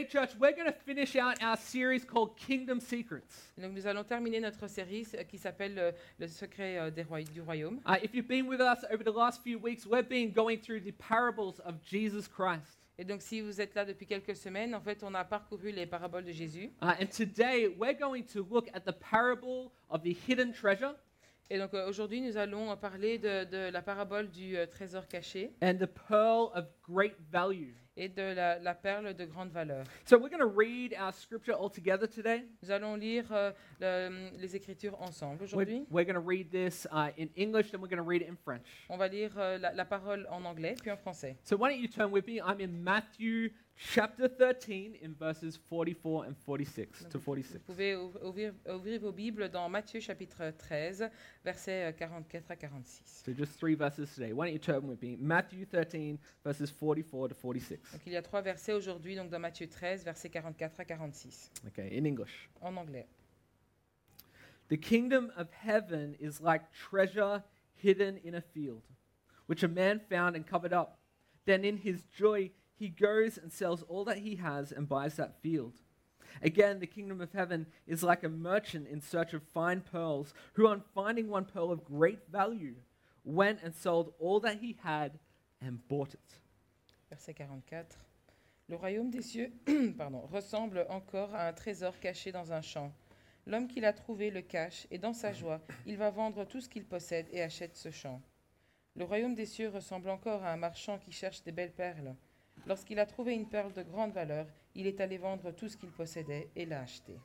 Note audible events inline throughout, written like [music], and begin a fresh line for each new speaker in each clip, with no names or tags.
Hey, church, we're going to finish out our series called Kingdom Secrets.
Donc nous allons terminer notre série euh, qui s'appelle euh, Le secret euh, des roya- du royaume.
Uh, if you've been with us over the last few weeks, we've been going through the parables of Jesus Christ.
Et donc si vous êtes là depuis quelques semaines, en fait on a parcouru les paraboles de Jésus.
Uh, and today we're going to look at the parable of the hidden treasure
Et donc euh, aujourd'hui nous allons parler de, de la parabole du euh, trésor caché
and the pearl of great value.
et de la, la perle de grande valeur.
So we're going to read our scripture all together today.
Nous allons lire euh, le- les écritures ensemble
We're,
aujourd'hui.
we're going to read this uh, in English, then we're going to read it in French.
On va lire euh, la, la parole en anglais puis en français.
So why don't you turn with me? I'm in Matthew chapter 13 in verses 44 and 46 to
Vous
46.
pouvez ouv- ouvrir, ouvrir vos Bibles dans Matthieu chapitre 13, versets euh, 44 à 46.
So just three verses today. Why don't you turn with me? Matthew 13, verses 44 to 46.
Donc il y a trois versets aujourd'hui, donc dans Matthieu 13, versets 44 à 46,
Okay, in English.
en anglais.
The kingdom of heaven is like treasure hidden in a field, which a man found and covered up. Then in his joy, he goes and sells all that he has and buys that field. Again, the kingdom of heaven is like a merchant in search of fine pearls, who, on finding one pearl of great value, went and sold all that he had and bought it.
Verset 44. Le royaume des cieux [clears throat] pardon, ressemble encore à un trésor caché dans un champ. L'homme qui l'a trouvé le cache et dans sa joie, il va vendre tout ce qu'il possède et achète ce champ. Le royaume des cieux ressemble encore à un marchand qui cherche des belles perles. Lorsqu'il a trouvé une perle de grande valeur, il est allé vendre tout ce qu'il possédait et l'a achetée.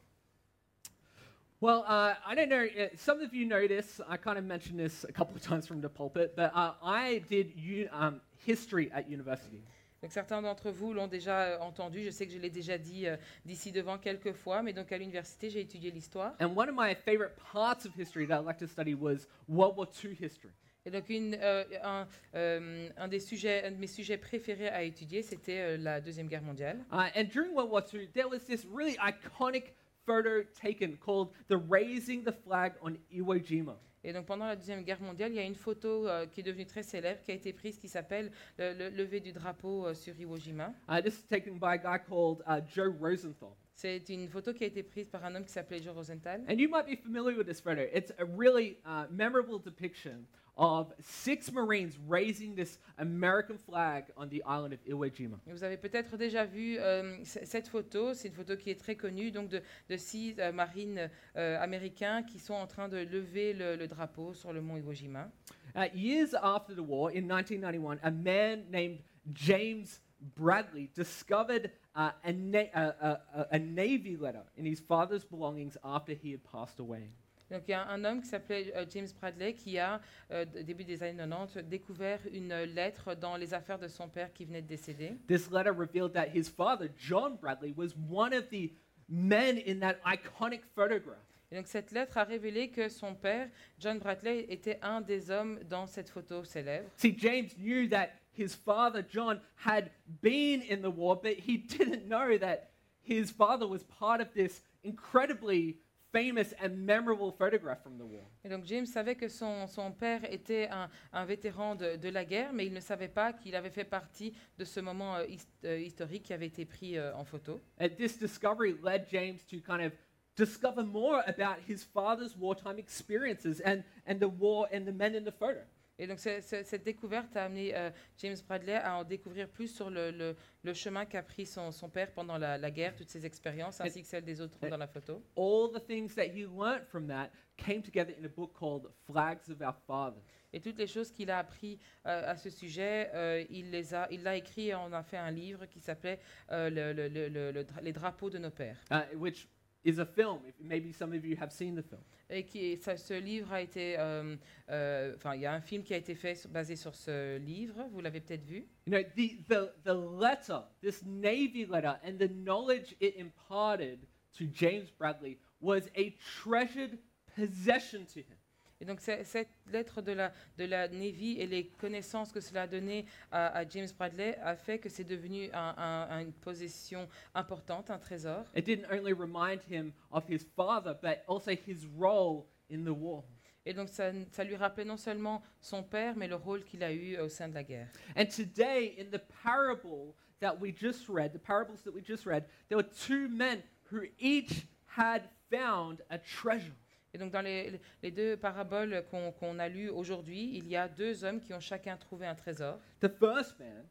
Well, uh, I don't know. uh, Some of you know this. I kind of mentioned this a couple of times from the pulpit, but uh, I did u- um, history at university.
Donc certains d'entre vous l'ont déjà euh, entendu, je sais que je l'ai déjà dit euh, d'ici devant quelques fois, mais donc à l'université j'ai étudié l'histoire.
And one of my favorite parts of history that I like to study was World War II history.
Et donc une, euh, un, euh, un des sujets, un de mes sujets préférés à étudier, c'était euh, la Deuxième Guerre mondiale.
Uh, and during World War II, there was this really iconic photo taken called the Raising the Flag on Iwo Jima.
Et donc pendant la Deuxième Guerre mondiale, il y a une photo euh, qui est devenue très célèbre, qui a été prise, qui s'appelle le, le lever du drapeau euh, sur Iwo Jima.
Uh, this is taken by a guy called uh, Joe Rosenthal.
C'est une photo qui a été prise par un homme qui s'appelait Joe Rosenthal.
And you might be familiar with this photo. It's a really uh, memorable depiction of six Marines raising this American flag on the island of Iwo Jima.
Vous avez peut-être déjà vu euh, c- cette photo, c'est une photo qui est très connue, donc de, de six euh, marines euh, américains qui sont en train de lever le, le drapeau sur le mont Iwo Jima.
Uh, years after the war, in 1991, a man named James Bradley discovered uh, a, na- a, a, a Navy letter in his father's belongings after he had passed away.
Donc il y a un homme qui s'appelait euh, James Bradley qui a, euh, d- début des années 90, découvert une euh, lettre dans les affaires de son père qui venait de décéder.
This letter revealed that his father, John Bradley, was one of the men in that iconic photograph.
Et donc cette lettre a révélé que son père, John Bradley, était un des hommes dans cette photo célèbre.
See, James knew that his father, John, had been in the war, but he [laughs] didn't know that his father was part of this incredibly famous and memorable photograph from the war.
Et donc James savait que son, son père était un, un vétéran de, de la guerre, mais il ne savait pas qu'il avait fait partie de ce moment euh, his- euh, historique qui avait été pris euh, en photo.
Uh, this discovery led James to kind of discover more about his father's wartime experiences and, and the war and the men in the photo.
Et donc ce- ce- cette découverte a amené euh, James Bradley à en découvrir plus sur le, le- le chemin qu'a pris son, son père pendant la, la guerre, toutes ses expériences, ainsi que celles des autres dans la photo.
All the things that he learnt from that came together in a book called Flags of Our Fathers.
Et toutes les choses qu'il a appris euh, à ce sujet, euh, il les a, il l'a écrit et on a fait un livre qui s'appelait euh, le- le- le- le- le dra- Les drapeaux de nos pères.
uh, which is a film. If maybe some of you have seen the film.
Et qui, ça- ce livre a été, euh, euh, enfin, il y a un film qui a été fait sur- basé sur ce livre. Vous l'avez peut-être vu.
You know, the, the, the letter, this Navy letter, and the knowledge it imparted to James Bradley was a treasured possession to him.
Et donc c'est- cette lettre de la de la Navy et les connaissances que cela a donné à, à James Bradley a fait que c'est devenu un- un- une possession importante, un trésor.
It didn't only remind him of his father, but also his role in the war.
Et donc ça, ça lui rappelait non seulement son père, mais le rôle qu'il a eu au sein de la guerre.
And today, in the parable that we just read, the parables that we just read, there were two men who each had found a treasure.
Et donc dans les, les deux paraboles qu'on qu'on a lues aujourd'hui, il y a deux hommes qui ont chacun trouvé un trésor.
The first man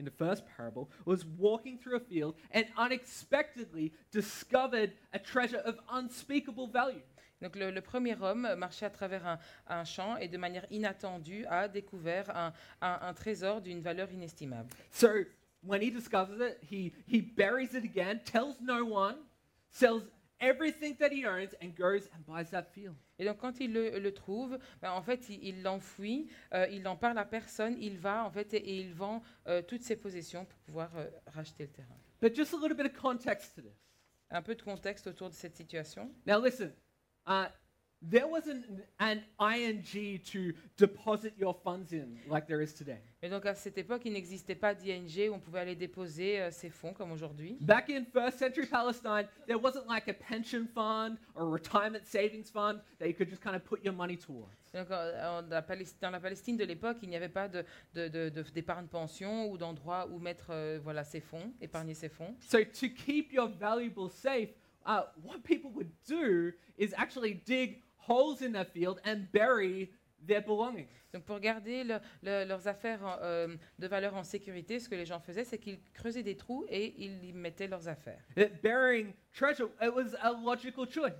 in the first parable was walking through a field and unexpectedly discovered a treasure of unspeakable value.
Donc le, le premier homme marchait à travers un, un champ et de manière inattendue a découvert un, un- un trésor d'une valeur inestimable.
So when he discovers it, he, he buries it again, tells no one, sells everything that he owns, and goes and buys that field.
Et donc quand il le, le trouve, ben, en fait il- il l'enfouit, euh, il n'en parle à personne, il va en fait et, et il vend euh, toutes ses possessions pour pouvoir euh, racheter le terrain.
But just a little bit of context to this.
Un peu de contexte autour de cette situation.
Now listen, uh, there wasn't an ing to deposit your funds in like there is today.
Et donc à cette époque, il n'existait pas d'ING où on pouvait aller déposer euh, ses fonds comme aujourd'hui.
Back in first century Palestine, there wasn't like a pension fund or a retirement savings fund that you could just kind of put your money towards.
Donc, euh, en- la Palest- dans la Palestine de l'époque, il n'y avait pas d'épargne de, de, d'épargne pension ou d'endroit où mettre euh, voilà, ses fonds, épargner ses fonds.
So to keep your valuables safe, uh, what people would do is actually dig holes in their field and bury their belongings.
Donc pour garder le- le- leurs affaires en- euh, de valeur en sécurité, ce que les gens faisaient, c'est qu'ils creusaient des trous et ils y mettaient leurs affaires.
That Uh, burying treasure, it was a logical choice.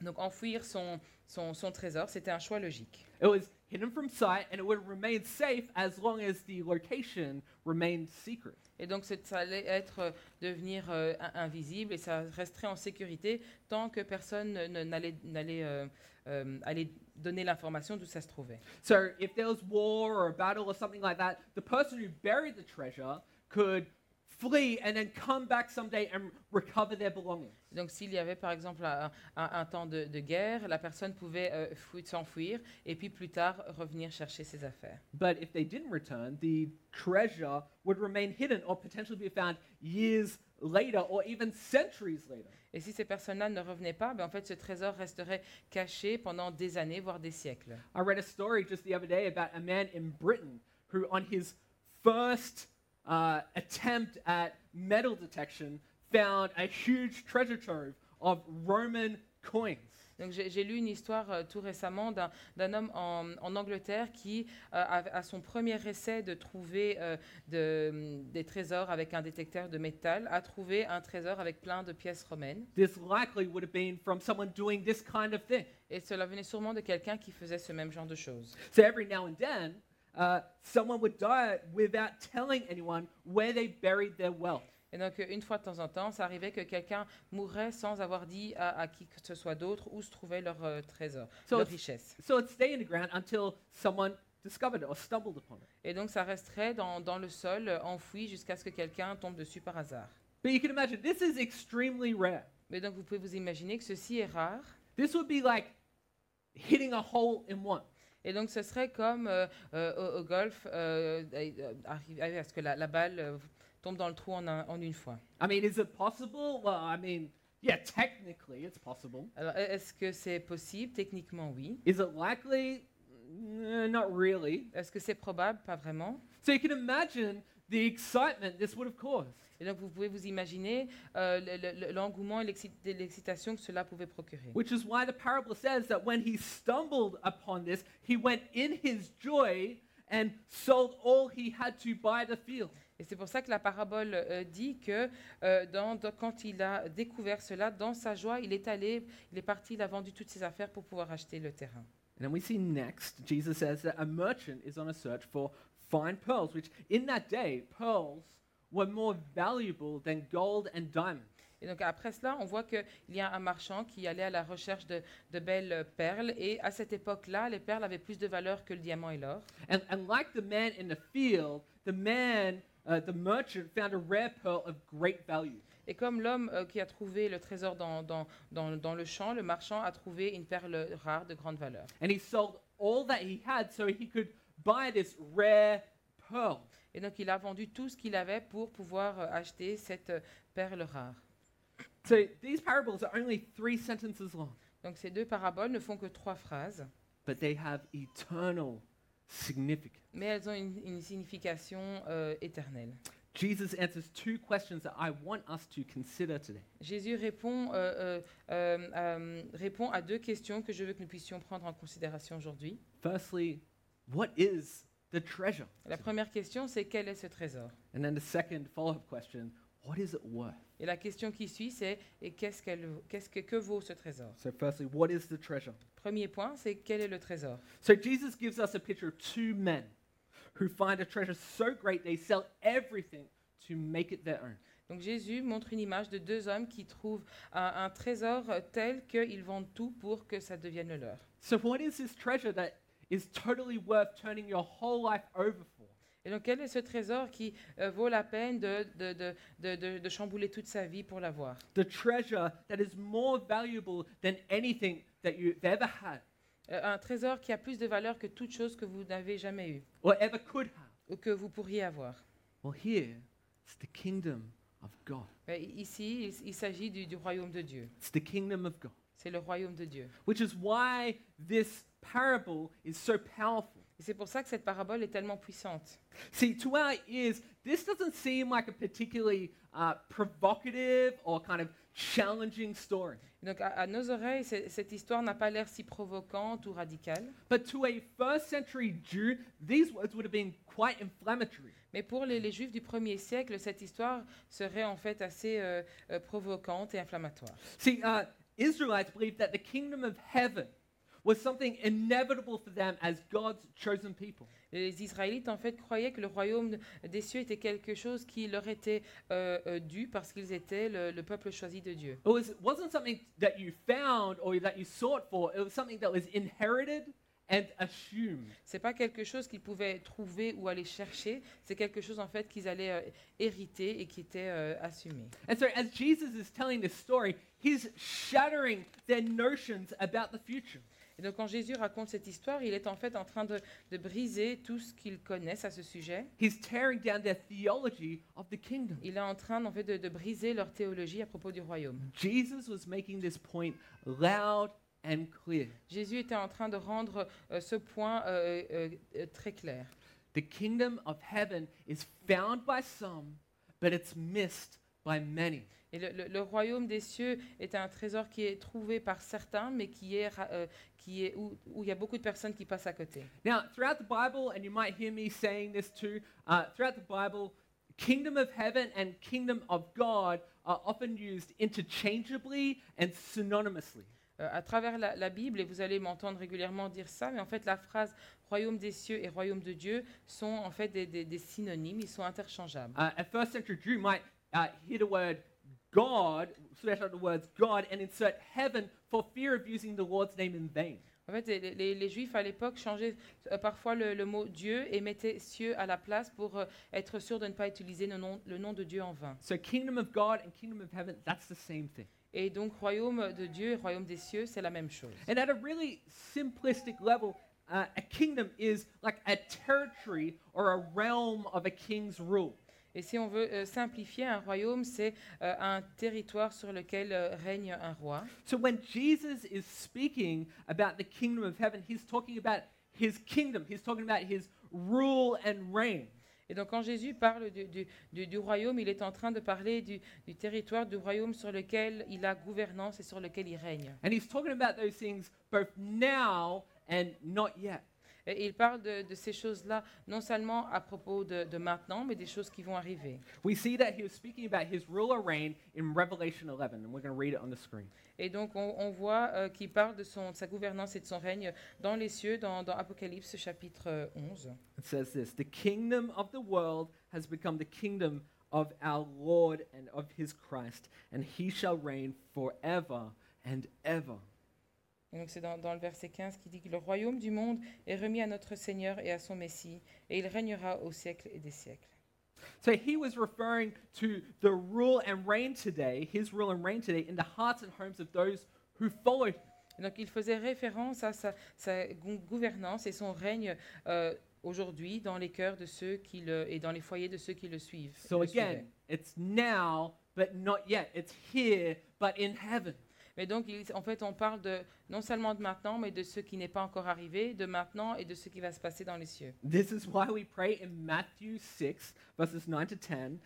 Donc enfouir son, son, son trésor, c'était un choix logique.
It was hidden from sight and it would remain safe as long as the location remained secret.
Et donc c'est- ça allait être euh, devenir euh, in- invisible et ça resterait en sécurité tant que personne ne- n'allait n'allait, euh, euh, aller donner l'information d'où ça se trouvait.
So if there was war or a battle or something like that, the person who buried the treasure could flee and then come back someday and recover their belongings.
Donc, s'il y avait par exemple un, un- un temps de, de guerre, la personne pouvait euh, fou- s'enfuir et puis plus tard revenir chercher ses affaires.
But if they didn't return, the treasure would remain hidden or potentially be found years later or even centuries later.
Et si ces personnes-là ne revenaient pas, ben, en fait, ce trésor resterait caché pendant des années, voire des siècles.
I read a story just the other day about a man in Britain who, on his first uh, attempt at metal detection, found a huge treasure trove of Roman coins.
Donc, j'ai j'ai lu une histoire euh, tout récemment d'un d'un homme en, en Angleterre qui, euh, av- à son premier essai de trouver euh, de- des trésors avec un détecteur de métal, a trouvé un trésor avec plein de pièces romaines.
This likely would have been from someone doing this kind of thing.
Et cela venait sûrement de quelqu'un qui faisait ce même genre de choses.
So every now and then, uh, someone would die without telling anyone where they buried their wealth.
Et donc, euh, une fois de temps en temps, ça arrivait que quelqu'un mourait sans avoir dit à, à qui que ce soit d'autre où se trouvait leur euh, trésor,
So
leur
it's-
richesse.
So it'd stay in the ground until someone discovered it or stumbled upon it.
Et donc, ça resterait dans, dans le sol, euh, enfoui, jusqu'à ce que quelqu'un tombe dessus par hasard.
But you can imagine, this is extremely rare.
Mais donc, vous pouvez vous imaginer que ceci est rare.
This would be like hitting a hole in one.
Et donc, ce serait comme euh, euh, au, au golf, euh, euh, arriver arriver à ce que la, la balle euh, tombe dans le trou en, un- en une fois.
I mean, is it possible? Well, I mean, yeah, technically it's possible.
Alors, e- est-ce que c'est possible Techniquement, oui.
Is it likely? Nah, not really.
Est-ce que c'est probable Pas vraiment.
So you can imagine the excitement this would have caused.
Et donc, vous pouvez vous imaginer euh, le- le- le- l'engouement et l'exci- et l'excitation que cela pouvait procurer.
Which is why the parable says that when he stumbled upon this, he went in his joy and sold all he had to buy the field.
Et c'est pour ça que la parabole euh, dit que euh, dans- dans- quand il a découvert cela, dans sa joie, il est allé, il est parti, il a vendu toutes ses affaires pour pouvoir acheter le terrain.
And then we see next, Jesus says that a merchant is on a search for fine pearls, which in that day, pearls were more valuable than gold and diamonds.
Et donc après cela, on voit qu'il y a un marchand qui allait à la recherche de, de belles perles. Et à cette époque-là, les perles avaient plus de valeur que le diamant et l'or.
And, and like the man in the field, the man, uh, the merchant, found a rare pearl of great value.
Et comme l'homme euh, qui a trouvé le trésor dans- dans- dans- dans le champ, le marchand a trouvé une perle rare de grande valeur.
And he sold all that he had so he could buy this rare pearl.
Et donc, il a vendu tout ce qu'il avait pour pouvoir euh, acheter cette euh, perle rare.
So these parables are only three sentences long,
Donc, ces deux paraboles ne font que trois phrases,
but they have eternal significance.
mais elles ont une, une signification euh, éternelle.
Jesus answers two questions that I want us to consider today.
Jésus répond, euh, euh, euh, euh, répond à deux questions que je veux que nous puissions prendre en considération aujourd'hui.
Firstly, what is the treasure?
La première question, c'est quel est ce trésor
And then the second follow up question, what is it worth?
Et la question qui suit, c'est et qu'est-ce qu'elle- qu'est-ce que, que vaut ce trésor
So, firstly, what is the treasure?
Premier point, c'est quel est le trésor
So, Jesus gives us a picture of two men who find a treasure so great they sell everything to make it their own.
Donc Jésus montre une image de deux hommes qui trouvent un, un trésor euh, tel qu'ils vendent tout pour que ça devienne le leur.
So, what is this treasure that is totally worth turning your whole life over for?
Et donc quel est ce trésor qui euh, vaut la peine de, de, de, de, de- de chambouler toute sa vie pour l'avoir
The treasure that is more valuable than anything that you've ever had
Euh, Un trésor qui a plus de valeur que toute chose que vous n'avez jamais eue
or ever could have.
ou que vous pourriez avoir.
Well, here, it's the kingdom of God.
Ben, i- Ici, il, il s'agit du, du royaume de Dieu.
It's the kingdom of God,
C'est le royaume de Dieu.
which is why this parable is so powerful.
Et c'est pour ça que cette parabole est tellement puissante.
See, to our ears, this doesn't seem like a particularly uh, provocative or kind of challenging story.
Donc à, à nos oreilles, c'est- cette histoire n'a pas l'air si provocante ou radicale.
But to a first century Jew, these words would have been quite inflammatory.
Mais pour les, les Juifs du premier siècle, cette histoire serait en fait assez euh, euh, provocante et inflammatoire.
See, uh, Israelites believed that the kingdom of heaven was something inevitable for them as God's chosen people.
Les Israélites en fait croyaient que le royaume des cieux était quelque chose qui leur était euh, euh, dû parce qu'ils étaient le, le peuple choisi de Dieu.
It, was, it wasn't something that you found or that you sought for, it was something that was inherited and assumed.
C'est pas quelque chose qu'ils pouvaient trouver ou aller chercher. C'est quelque chose en fait qu'ils allaient euh, hériter et qui était euh, assumé.
And so, as Jesus is telling this story, he's shattering their notions about the future.
Et donc quand Jésus raconte cette histoire, il est en fait en train de, de briser tout ce qu'ils connaissent à ce sujet.
He's tearing down their theology of the kingdom.
Il est en train en fait de, de briser leur théologie à propos du royaume.
Jesus was making this point loud and clear.
Jésus était en train de rendre euh, ce point euh, euh, euh, très clair.
The kingdom of heaven is found by some, but it's missed by many.
Et le, le- le royaume des cieux est un trésor qui est trouvé par certains, mais qui est, ra- euh, qui est où, où il y a beaucoup de personnes qui passent à côté.
Now, throughout the Bible, and you might hear me saying this too, uh, throughout the Bible, kingdom of heaven and kingdom of God are often used interchangeably and synonymously.
Euh, à travers la, la Bible, et vous allez m'entendre régulièrement dire ça, mais en fait la phrase royaume des cieux et royaume de Dieu sont en fait des, des- des synonymes, ils sont interchangeables.
Uh, a first century Jew might uh, hear the word God, slash out the words God, and insert heaven for fear of using the Lord's name in vain.
En fait, les, les- les Juifs à l'époque changeaient euh, parfois le, le mot Dieu et mettaient cieux à la place pour euh, être sûr de ne pas utiliser le nom, le nom de Dieu en vain.
So, kingdom of God and kingdom of heaven, that's the same thing.
Et donc royaume de Dieu et royaume des cieux, c'est la même chose.
And at a really simplistic level, uh, a kingdom is like a territory or a realm of a king's rule.
Et si on veut euh, simplifier, un royaume, c'est euh, un territoire sur lequel euh, règne un roi.
So when Jesus is speaking about the kingdom of heaven, he's talking about his kingdom, he's talking about his rule and reign.
Et donc quand Jésus parle du, du- du- du royaume, il est en train de parler du, du territoire du royaume sur lequel il a gouvernance et sur lequel il règne.
And he's talking about those things both now and not yet.
Et il parle de, de ces choses-là, non seulement à propos de, de maintenant, mais des choses qui vont arriver.
We see that he was speaking about his rule or reign in Revelation 11, and we're going to read it on the screen.
Et donc on, on voit euh, qu'il parle de, son, de sa gouvernance et de son règne dans les cieux, dans, dans Apocalypse chapitre euh, 11.
It says this The kingdom of the world has become the kingdom of our Lord and of his Christ, and he shall reign forever and ever.
Et donc c'est dans, dans le verset 15 qui dit que le royaume du monde est remis à notre Seigneur et à son Messie, et il régnera au siècle et des siècles.
So he was referring to the rule and reign today, his rule and reign today, in the hearts and homes of those who follow him.
Et donc il faisait référence à sa, sa gou- gouvernance et son règne euh, aujourd'hui dans les cœurs de ceux qui le, et dans les foyers de ceux qui le suivent. et
So
le suivaient.
again, it's now, but not yet. It's here, but in heaven.
Mais donc, il- en fait, on parle de, non seulement de maintenant, mais de ce qui n'est pas encore arrivé, de maintenant et de ce qui va se passer dans les cieux.
This is why we pray in Matthew 6, verses 9 to 10,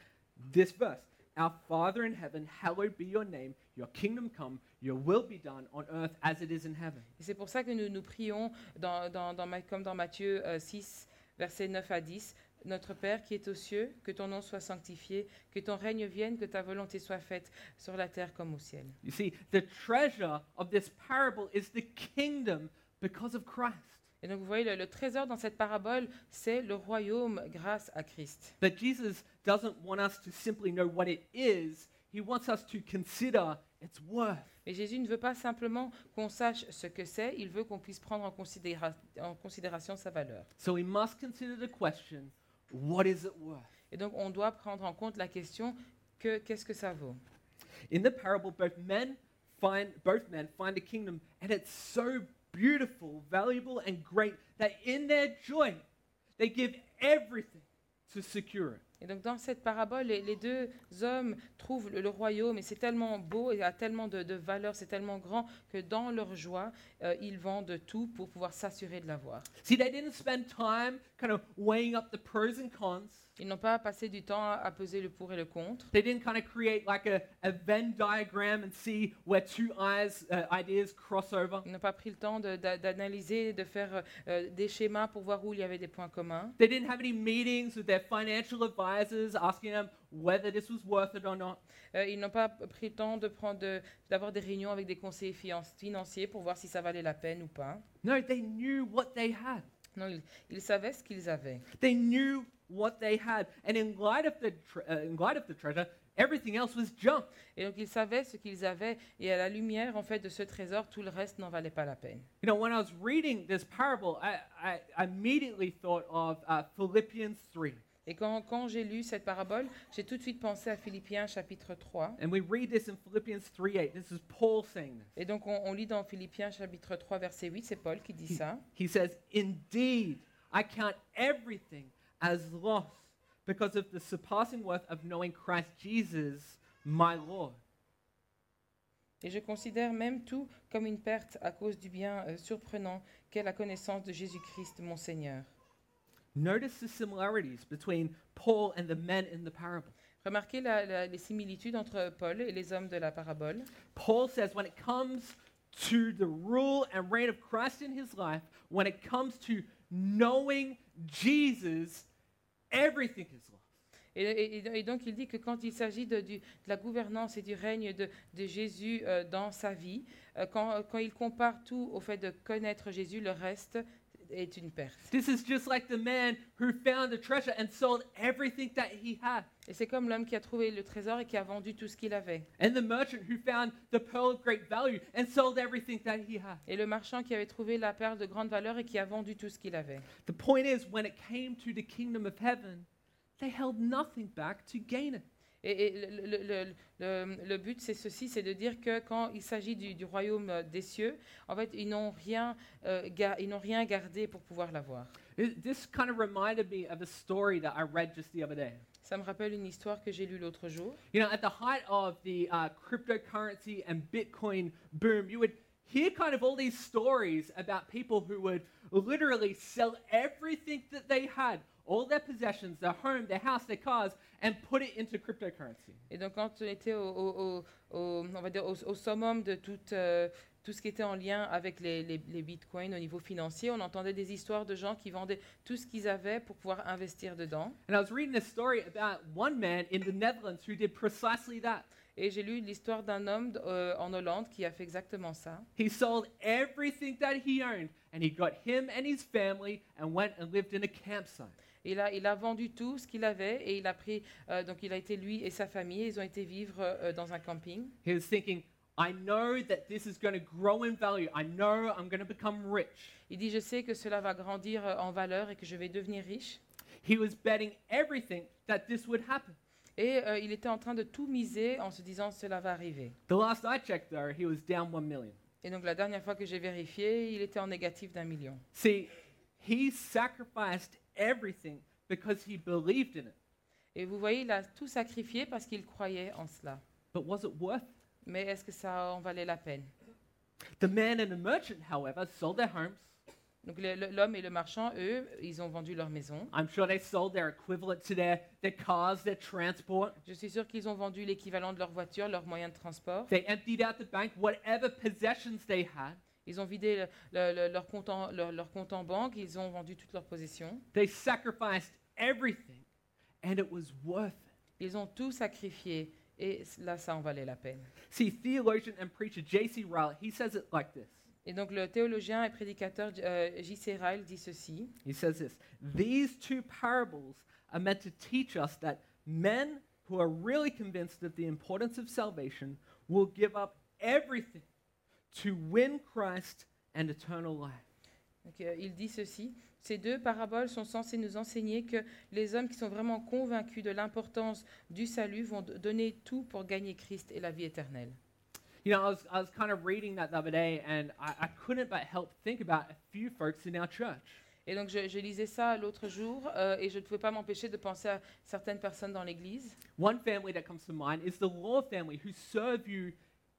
this verse Our Father in heaven, hallowed be your name, your kingdom come, your will be done on earth as it is in heaven.
Et c'est pour ça que nous nous prions, dans, dans- dans Ma- comme dans Matthieu euh, 6, versets 9 à 10. Notre Père qui est aux cieux, que ton nom soit sanctifié, que ton règne vienne, que ta volonté soit faite sur la terre comme au ciel.
You see, the treasure of this parable is the kingdom because of Christ.
Et donc vous voyez, le, le trésor dans cette parabole, c'est le royaume grâce à Christ.
That Jesus doesn't want us to simply know what it is, he wants us to consider its worth.
Mais Jésus ne veut pas simplement qu'on sache ce que c'est, il veut qu'on puisse prendre en, considéra- en considération sa valeur.
So we must consider the question what is it worth?
Et donc on doit prendre en compte la question que qu'est-ce que ça vaut
In the parable, both men find both men find a kingdom, and it's so beautiful, valuable, and great that in their joy they give everything to secure it.
Et donc dans cette parabole, les, les deux hommes trouvent le, le royaume et c'est tellement beau et a tellement de, de valeur, c'est tellement grand que dans leur joie, euh, ils vendent tout pour pouvoir s'assurer de l'avoir.
See, they didn't spend time kind of weighing up the pros and cons.
Ils n'ont pas passé du temps à- à peser le pour et le contre.
They didn't kind of create like a, a Venn diagram and see where two eyes, uh, ideas cross over.
Ils n'ont pas pris le temps de- d'a- d'analyser, de, faire euh, euh, des schémas pour voir où il y avait des points communs.
They didn't have any meetings with their financial advisors asking them whether this was worth it or not.
Euh, ils n'ont pas p- pris le temps de prendre de- d'avoir des réunions avec des conseillers fian- financiers pour voir si ça valait la peine ou pas.
No, they knew what they had.
Non, ils, ils savaient ce qu'ils avaient.
They knew what they had, and in light of the tre- uh, in light of the treasure, everything else was junk.
Et donc ils savaient ce qu'ils avaient et à la lumière en fait de ce trésor, tout le reste n'en valait pas la peine.
You know, when I was reading this parable, I, I, I immediately thought of uh, Philippians three,
Et quand, quand j'ai lu cette parabole, j'ai tout de suite pensé à Philippiens chapitre 3.
and we read this in Philippians three eight. This is Paul saying this.
Et donc on, on lit dans Philippiens chapitre 3 verset 8, c'est Paul qui dit ça.
He says, "Indeed, I count everything as loss because of the surpassing worth of knowing Christ Jesus, my Lord."
Et je considère même tout comme une perte à cause du bien euh, surprenant qu'est la connaissance de Jésus-Christ, mon Seigneur.
Notice the similarities between Paul and the men in the parable.
Remarquez la- la- les similitudes entre Paul et les hommes de la parabole.
Paul says when it comes to the rule and reign of Christ in his life, when it comes to knowing Jesus, everything is lost.
Et, et- et donc il dit que quand il s'agit de, du- de la gouvernance et du règne de, de Jésus euh, dans sa vie, euh, quand, quand il compare tout au fait de connaître Jésus, le reste est une perte.
This is just like the man who found the treasure and sold everything that he had,
Et c'est comme l'homme qui a trouvé le trésor et qui a vendu tout ce qu'il avait.
and the merchant who found the pearl of great value and sold everything that he had.
Et le marchand qui avait trouvé la perle de grande valeur et qui a vendu tout ce qu'il avait.
The point is, when it came to the kingdom of heaven, they held nothing back to gain it.
Et, et le, le- le- le- le- le but, c'est ceci, c'est de dire que quand il s'agit du, du royaume euh, des cieux, en fait, ils n'ont rien, euh, ga- ils n'ont rien gardé pour pouvoir l'avoir.
It- This kind of reminded me of a story that I read just the other day.
Ça me rappelle une histoire que j'ai lue l'autre jour.
You know, at the height of the uh, cryptocurrency and Bitcoin boom, you would hear kind of all these stories about people who would literally sell everything that they had, all their possessions, their home, their house, their cars, and put it into cryptocurrency.
Et donc, quand on était au, au- au- au- on va dire au, au summum de toute, euh, tout ce qui était en lien avec les, les- les bitcoins au niveau financier, on entendait des histoires de gens qui vendaient tout ce qu'ils avaient pour pouvoir investir dedans.
And I was reading this story about one man in the Netherlands who did precisely that.
Et j'ai lu l'histoire d'un homme euh, en Hollande qui a fait exactement ça.
He sold everything that he owned, and he got him and his family and went and lived in a campsite.
Il a, il a vendu tout ce qu'il avait et il a pris, euh, donc il a été lui et sa famille, ils ont été vivre euh, dans un camping.
He was thinking, I know that this is going to grow in value. I know I'm going to become rich.
Il dit, je sais que cela va grandir euh, en valeur et que je vais devenir riche.
He was betting everything that this would happen.
Et euh, il était en train de tout miser en se disant, cela va arriver.
The last I checked, though, he was down one million.
Et donc la dernière fois que j'ai vérifié, il était en négatif d'un million.
See, he sacrificed everything because he believed in it.
Et vous voyez, il a tout sacrifié parce qu'il croyait en cela.
But was it worth it?
Mais est-ce que ça en valait la peine
The man and the merchant, however, sold their homes.
Donc le- le- l'homme et le marchand, eux, ils ont vendu leur maison.
I'm sure they sold their equivalent to their, their cars, their transport.
Je suis sûr qu'ils ont vendu l'équivalent de leur voiture, leur moyen de transport.
They emptied out the bank, whatever possessions they had.
Ils ont vidé le- le- le- leur, compte en, leur- leur compte en banque, ils ont vendu toutes leurs possessions.
They sacrificed everything, and it was worth it.
Ils ont tout sacrifié et c- là, ça en valait la peine.
See, theologian and preacher J.C. Ryle, he says it like this.
Et donc le théologien et prédicateur euh, J.C. Ryle dit ceci.
He says this These two parables are meant to teach us that men who are really convinced of the importance of salvation will give up everything to win Christ and eternal life.
Donc, euh, il dit ceci. Ces deux paraboles sont censées nous enseigner que les hommes qui sont vraiment convaincus de l'importance du salut vont d- donner tout pour gagner Christ et la vie éternelle.
You know, I was, I was kind of reading that the other day, and I, I couldn't but help think about a few folks in our church.
Et donc je, je lisais ça l'autre jour euh, et je ne pouvais pas m'empêcher de penser à certaines personnes dans l'Église.
One family that comes to mind is the Law family, who serve you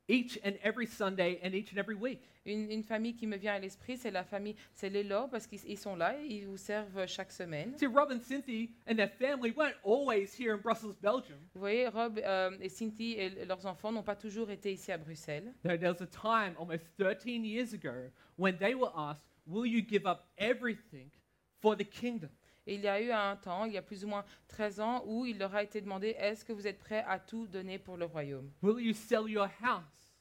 each and every Sunday and each and every week.
Une, une famille qui me vient à l'esprit, c'est la famille, c'est les Lords parce qu'ils ils sont là, et ils vous servent chaque semaine.
See, Rob and Cynthia and their family weren't always here in Brussels, Belgium.
Vous voyez, Rob euh, et Cynthia et l- leurs enfants n'ont pas toujours été ici à Bruxelles.
There, there was a time almost 13 years ago when they were asked, Will you give up everything for the kingdom?
Et il y a eu un temps, il y a plus ou moins 13 ans, où il leur a été demandé est-ce que vous êtes prêts à tout donner pour le royaume
Will you sell your house?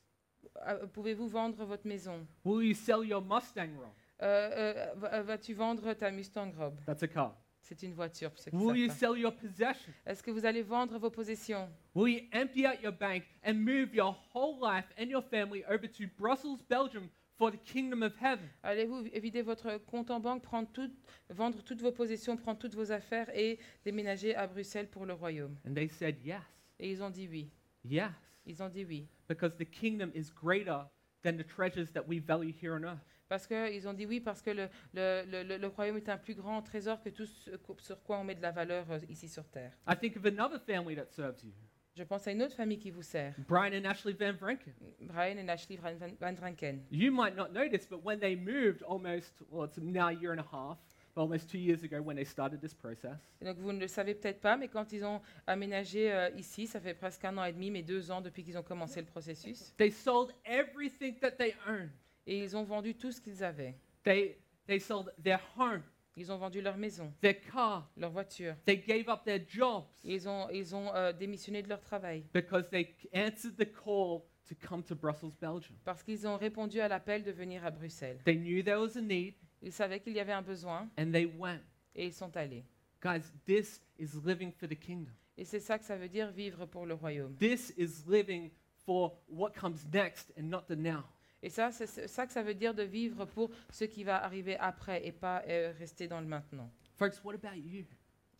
Euh, Pouvez-vous vendre votre maison
Will you sell your Mustang wrong?
Euh, euh, va- Vas-tu vendre ta Mustang Rob
That's a car.
C'est une voiture, pour ceux qui
Will you
savent pas.
sell your possessions?
Est-ce que vous allez vendre vos possessions
Will you empty out your bank and move your whole life and your family over to Brussels, Belgium for the kingdom of heaven?
Allez-vous vi- vider votre compte en banque, prendre tout- vendre toutes vos possessions, prendre toutes vos affaires et déménager à Bruxelles pour le royaume
And they said, Yes,
Et ils ont dit oui.
yes,
Ils ont dit oui.
because the kingdom is greater than the treasures that we value here on earth.
Parce qu'ils ont dit oui, parce que le, le- le- le- le royaume est un plus grand trésor que tout ce qu- sur quoi on met de la valeur euh, ici sur Terre.
I think of another family that serves you
Je pense à une autre famille qui vous sert,
Brian and Ashley Van Vrenken.
Brian et Ashley Van, Van- Van Dranken.
You might not know this, but when they moved almost, well, it's now a year and a half, but almost two years ago when they started this process,
Et donc vous ne le savez peut-être pas, mais quand ils ont aménagé euh, ici, ça fait presque un an et demi, mais deux ans depuis qu'ils ont commencé le processus,
they sold everything that they owned.
et ils ont vendu tout ce qu'ils avaient.
They, they sold their home,
Ils ont vendu leur maison,
their car,
leur voiture.
they gave up their jobs
Ils ont, ils ont euh, démissionné de leur travail
because they c- answered the call to come to Brussels, Belgium.
parce qu'ils ont répondu à l'appel de venir à Bruxelles.
They knew there was a need
Ils savaient qu'il y avait un besoin
and they went.
et ils sont allés.
Guys, this is living for the kingdom.
Et c'est ça que ça veut dire vivre pour le royaume.
This is living for what comes next and not the now.
Et ça, c'est c'est ça que ça veut dire de vivre pour ce qui va arriver après et pas euh, rester dans le maintenant.
Folks, what about you?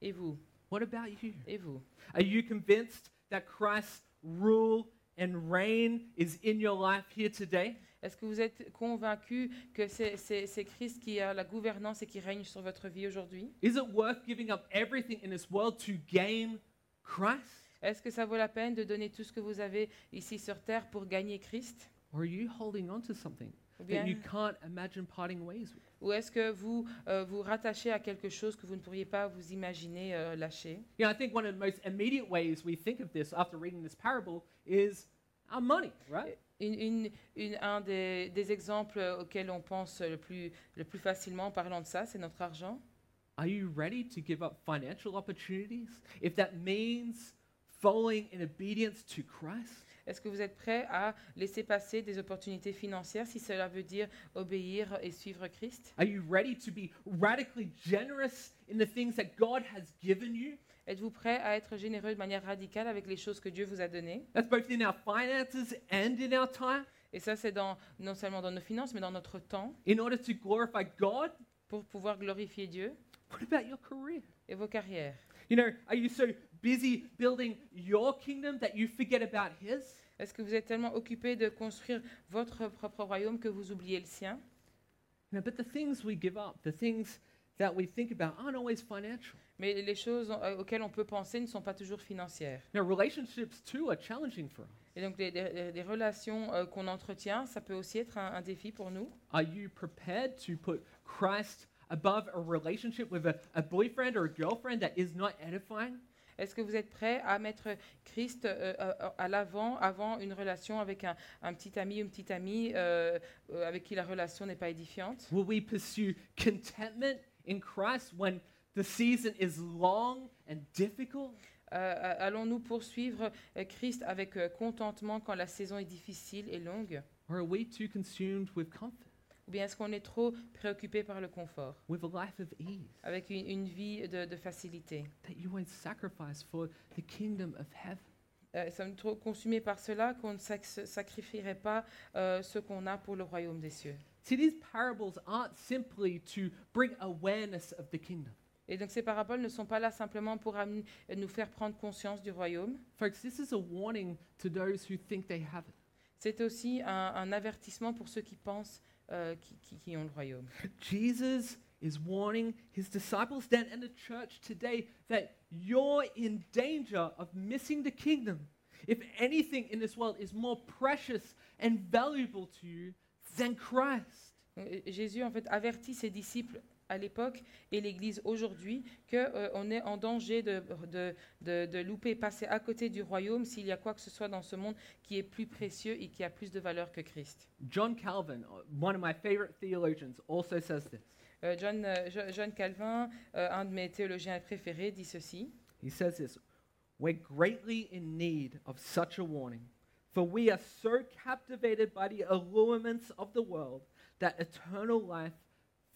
Et vous
What about you?
Et vous
Are you convinced that Christ's rule and reign is in your life here today?
Est-ce que vous êtes convaincu que c'est- c'est c'est Christ qui a la gouvernance et qui règne sur votre vie aujourd'hui
Is it worth giving up everything in this world to gain Christ?
Est-ce que ça vaut la peine de donner tout ce que vous avez ici sur Terre pour gagner Christ
Or are you holding on to something
Ou
that
bien-
you can't imagine parting ways with?
Ou est-ce que vous euh, vous rattachez à quelque chose que vous ne pourriez pas vous imaginer euh, lâcher
You know, I think one of the most immediate ways we think of this after reading this parable is our money, right?
Une- une- une- Un des, des exemples auxquels on pense le plus, le plus facilement en parlant de ça, c'est notre argent.
Are you ready to give up financial opportunities if that means following in obedience to Christ?
Est-ce que vous êtes prêt à laisser passer des opportunités financières si cela veut dire obéir et suivre Christ
Are you ready to be radically generous in the things that God has given you?
Êtes-vous prêt à être généreux de manière radicale avec les choses que Dieu vous a données
That's both in our finances and in our time,
Et ça, c'est dans, non seulement dans nos finances, mais dans notre temps,
in order to glorify God.
pour pouvoir glorifier Dieu
What about your career?
et vos carrières.
You know, are you so busy building your kingdom that you forget about His?
Est-ce que vous êtes tellement occupé de construire votre propre royaume que vous oubliez le sien
You know, but the things we give up, the things that we think about, aren't always financial.
Mais les choses euh, auxquelles on peut penser ne sont pas toujours financières.
You know, relationships too are challenging for us.
Et donc, les, les- les relations euh, qu'on entretient, ça peut aussi être un, un défi pour nous.
Are you prepared to put Christ above a relationship with a, a boyfriend or a girlfriend that is not edifying?
Est-ce que vous êtes prêt à mettre Christ euh, euh, à l'avant avant une relation avec un, un petit ami, une petite amie euh, euh, avec qui la relation n'est pas édifiante
Will we pursue contentment in Christ when the season is long and difficult?
Euh, euh, Allons-nous poursuivre euh, Christ avec euh, contentement quand la saison est difficile et longue
Or are we too consumed with comfort,
Ou bien est-ce qu'on est trop préoccupé par le confort,
with a life of ease,
avec une, une vie de, de facilité
that you won't sacrifice for the kingdom of heaven?
Euh, Sommes-nous trop consumés par cela qu'on ne sac- se sacrifierait pas euh, ce qu'on a pour le royaume des cieux
See, these parables aren't simply to bring awareness of the kingdom.
Et donc ces paraboles ne sont pas là simplement pour amener- nous faire prendre conscience du royaume,
Folks, this is a warning to those who think they have it.
c'est aussi un, un avertissement pour ceux qui pensent euh, qui, qui- qui ont le royaume.
Jesus is warning his disciples then and the church today that you're in danger of missing the kingdom if anything in this world is more precious and valuable to you than Christ.
Donc, euh, Jésus en fait avertit ses disciples à l'époque et l'Église aujourd'hui qu'on est en danger de, de, de- de louper, passer à côté du royaume s'il y a quoi que ce soit dans ce monde qui est plus précieux et qui a plus de valeur que Christ.
John Calvin, uh, one of my favorite theologians, also says this.
Euh, John, euh, Jo- John Calvin, euh, un de mes théologiens préférés, dit ceci.
He says this We're greatly in need of such a warning, for we are so captivated by the allurements of the world that eternal life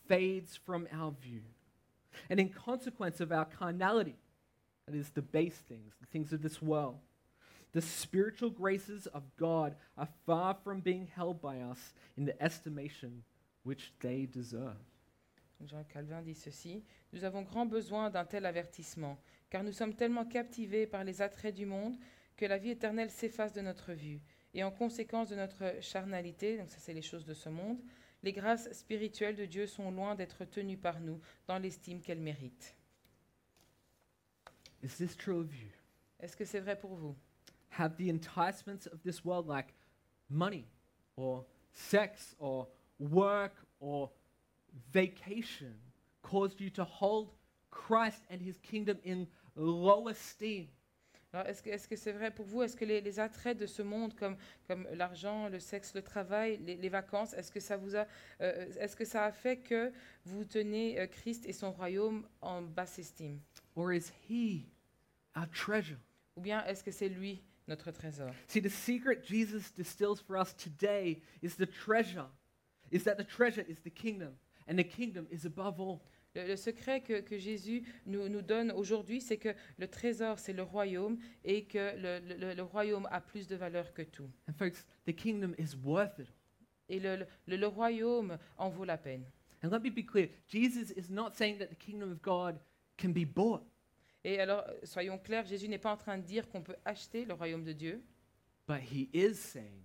fades from our view. And in consequence of our carnality, that is, the base things, the things of this world, the spiritual graces of God are far from being held by us in the estimation which they deserve.
Jean Calvin dit ceci Nous avons grand besoin d'un tel avertissement, car nous sommes tellement captivés par les attraits du monde que la vie éternelle s'efface de notre vue, et en conséquence de notre charnalité, donc ça c'est les choses de ce monde, les grâces spirituelles de Dieu sont loin d'être tenues par nous dans l'estime qu'elles méritent.
Is this true of you?
Est-ce que c'est vrai pour vous
have the enticements of this world, like money or sex or work or vacation, caused you to hold Christ and his kingdom in low esteem?
Alors, est-ce que est-ce que c'est vrai pour vous Est-ce que les, les attraits de ce monde, comme, comme l'argent, le sexe, le travail, les, les vacances, est-ce que ça vous a, euh, est-ce que ça a fait que vous tenez euh, Christ et son royaume en basse estime
Or is he our treasure?
Ou bien est-ce que c'est lui notre trésor
See, the secret Jesus distills for us today is the treasure, is that the treasure is the kingdom, and the kingdom is above all.
Le, le secret que, que Jésus nous, nous donne aujourd'hui, c'est que le trésor, c'est le royaume et que le, le- le- le royaume a plus de valeur que tout.
And folks, the kingdom is worth it.
Et le- le- le royaume en vaut la peine.
And let me be clear Jesus is not saying that the kingdom of God can be bought.
Et alors, euh, soyons clairs, Jésus n'est pas en train de dire qu'on peut acheter le royaume de Dieu.
But he is saying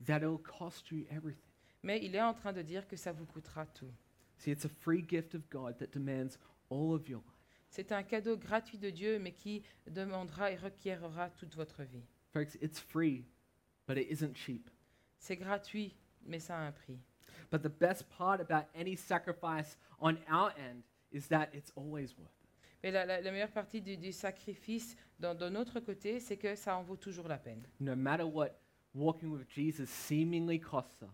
that it'll cost you everything.
Mais il est en train de dire que ça vous coûtera tout.
See, it's a free gift of God that demands all of your life.
C'est un cadeau gratuit de Dieu, mais qui demandera et requérera toute votre vie.
Folks, it's free, but it isn't cheap.
C'est gratuit, mais ça a un prix.
But the best part about any sacrifice on our end is that it's always worth it.
Mais la, la- la meilleure partie du, du sacrifice dans- de notre côté, c'est que ça en vaut toujours la peine.
No matter what walking with Jesus seemingly costs us,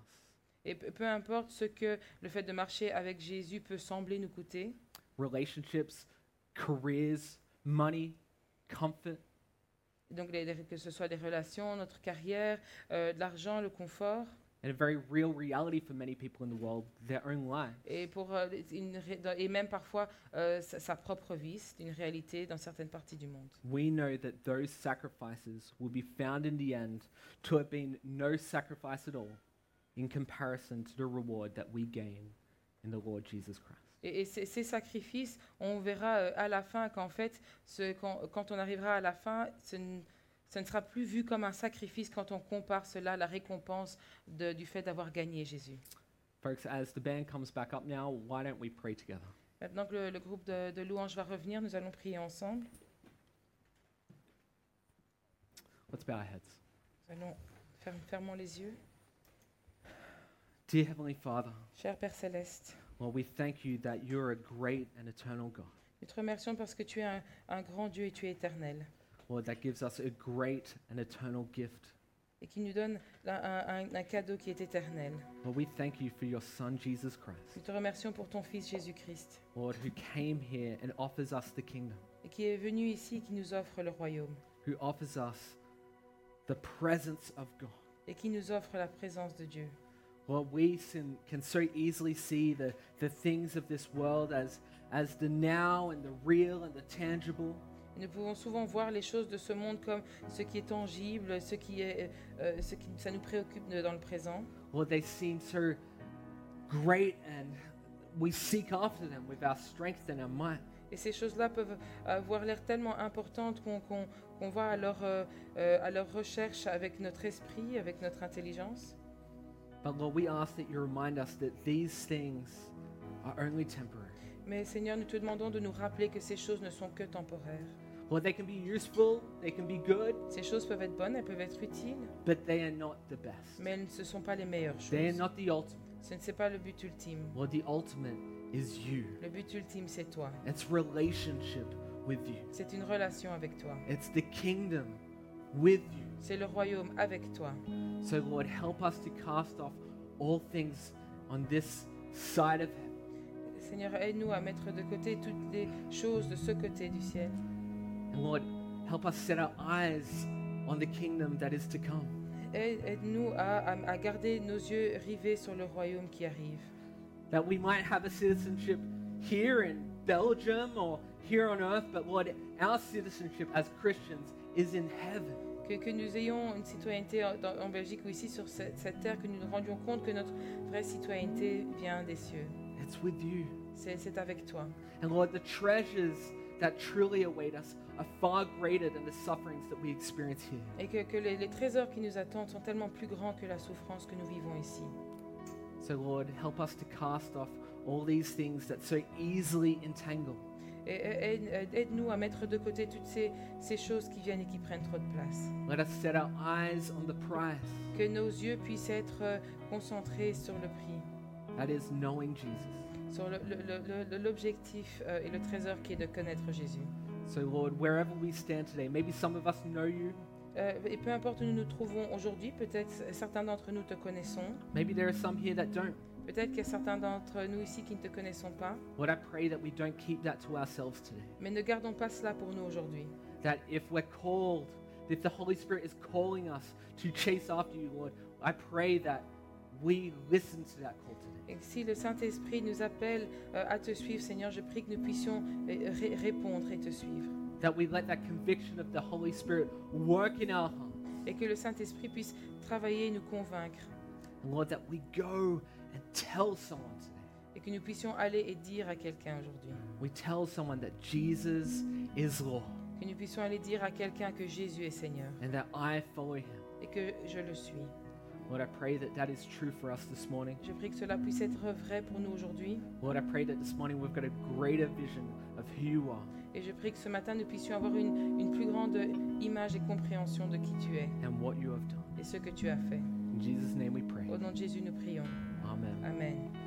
Et peu peu importe ce que le fait de marcher avec Jésus peut sembler nous coûter,
relationships, careers, money, comfort,
donc les- les- que ce soit des relations, notre carrière, euh, de l'argent, le confort,
and a very real reality for many people in the world, their own lives.
et, pour, euh, une ré- dans- et même parfois euh, sa, sa propre vie, c'est une réalité dans certaines parties du monde.
we know that those sacrifices will be found in the end to have been no sacrifice at all in comparison to the reward that we gain in the Lord Jesus Christ.
Et, et ces, ces sacrifices, on verra euh, à la fin qu'en fait, ce- quand, quand on arrivera à la fin, ce ne, ce ne sera plus vu comme un sacrifice quand on compare cela à la récompense de- du fait d'avoir gagné Jésus.
Folks, as the band comes back up now, why don't we pray together?
Maintenant que le, le groupe de, de louanges va revenir, nous allons prier ensemble.
Let's bow our heads.
Nous Allons, ferm- fermons les yeux.
Dear Heavenly Father,
Cher Père Céleste,
Lord, we thank you that you're a great and eternal God.
nous te remercions parce que tu es un, un grand Dieu et tu es éternel,
Lord, that gives us a great and eternal gift.
et qui nous donne la- un, un- un cadeau qui est éternel.
Lord, we thank you for your Son, Jesus Christ.
Nous te remercions pour ton Fils Jésus-Christ,
Lord, who came here and offers us the kingdom,
et qui est venu ici et qui nous offre le royaume,
who offers us the presence of God.
et qui nous offre la présence de Dieu.
Lord, we sin, can so easily see the, the things of this world as, as the now and the real and the tangible.
Nous pouvons souvent voir les choses de ce monde comme ce qui est tangible, ce qui est, euh, ce qui ça nous préoccupe de- dans le présent.
Lord, they seem so great and we seek after them with our strength and our might.
Et ces choses-là peuvent avoir l'air tellement importantes qu'on qu'on- qu'on va à leur, euh, euh, à leur recherche avec notre esprit, avec notre intelligence.
But Lord, we ask that you remind us that these things are only temporary.
Mais Seigneur, nous te demandons de nous rappeler que ces choses ne sont que temporaires.
Lord, they can be useful, they can be good,
Ces choses peuvent être bonnes, elles peuvent être utiles,
but they are not the best.
mais elles ne sont pas les meilleures
They are
choses.
not the ultimate.
Ce n'est pas le but ultime.
Lord, the ultimate is you.
Le but ultime, c'est toi.
It's relationship with you.
C'est une relation avec toi.
It's the kingdom with you.
C'est le royaume avec toi.
So, Lord, help us to cast off all things on this side of heaven
Seigneur, aide-nous à mettre de côté toutes les choses de ce côté du ciel.
And, Lord, help us set our eyes on the kingdom that is to come.
Aide- Aide-nous à, à- à garder nos yeux rivés sur le royaume qui arrive.
That we might have a citizenship here in Belgium or here on earth, but, Lord, our citizenship as Christians is in heaven.
Que, que nous ayons une citoyenneté en, dans- en Belgique ou ici sur cette, cette terre, que nous nous rendions compte que notre vraie citoyenneté vient des cieux.
It's with you.
C'est c'est avec toi.
And, Lord, the treasures that truly await us are far greater than the sufferings that we experience here.
Et que, que les, les trésors qui nous attendent sont tellement plus grands que la souffrance que nous vivons ici.
So, Lord, help us to cast off all these things that so easily entangle.
Et- et- aide- aide- Aide-nous à mettre de côté toutes ces, ces choses qui viennent et qui prennent trop de place.
Let us set our eyes on the prize
Que nos yeux puissent être euh, concentrés sur le prix.
that is knowing Jesus.
sur le- le- le- le- l'objectif euh, et le trésor qui est de connaître Jésus.
So, Lord, wherever we stand today, maybe some of us know you,
Euh, et peu importe où nous nous trouvons aujourd'hui, peut-être euh, certains d'entre nous te connaissons,
maybe there are some here that don't.
peut-être qu'il y a certains d'entre nous ici qui ne te connaissons pas,
Lord, I pray that we don't keep that to ourselves today.
mais ne gardons pas cela pour nous aujourd'hui.
That if we're called, if the Holy Spirit is calling us to chase after you, Lord, I pray that we listen to that call today.
Et si le Saint-Esprit nous appelle euh, à te suivre, Seigneur, je prie que nous puissions euh, ré- répondre et te suivre.
That we let that conviction of the Holy Spirit work in our hearts.
Et que le Saint-Esprit puisse travailler et nous convaincre.
And Lord, that we go and tell someone today.
Et que nous puissions aller et dire à quelqu'un aujourd'hui.
We tell someone that Jesus is Lord
Que nous puissions aller dire à quelqu'un que Jésus est Seigneur
and that I follow him.
et que je le suis.
Lord, I pray that that is true for us this morning.
Je prie que cela puisse être vrai pour nous aujourd'hui
Lord, I pray that this morning we've got a greater vision of who you are
et je prie que ce matin nous puissions avoir une, une plus grande image et compréhension de qui tu es
and what you have done.
et ce que tu as fait.
In Jesus' name we pray.
Au nom de Jésus, nous prions.
Amen.
Amen.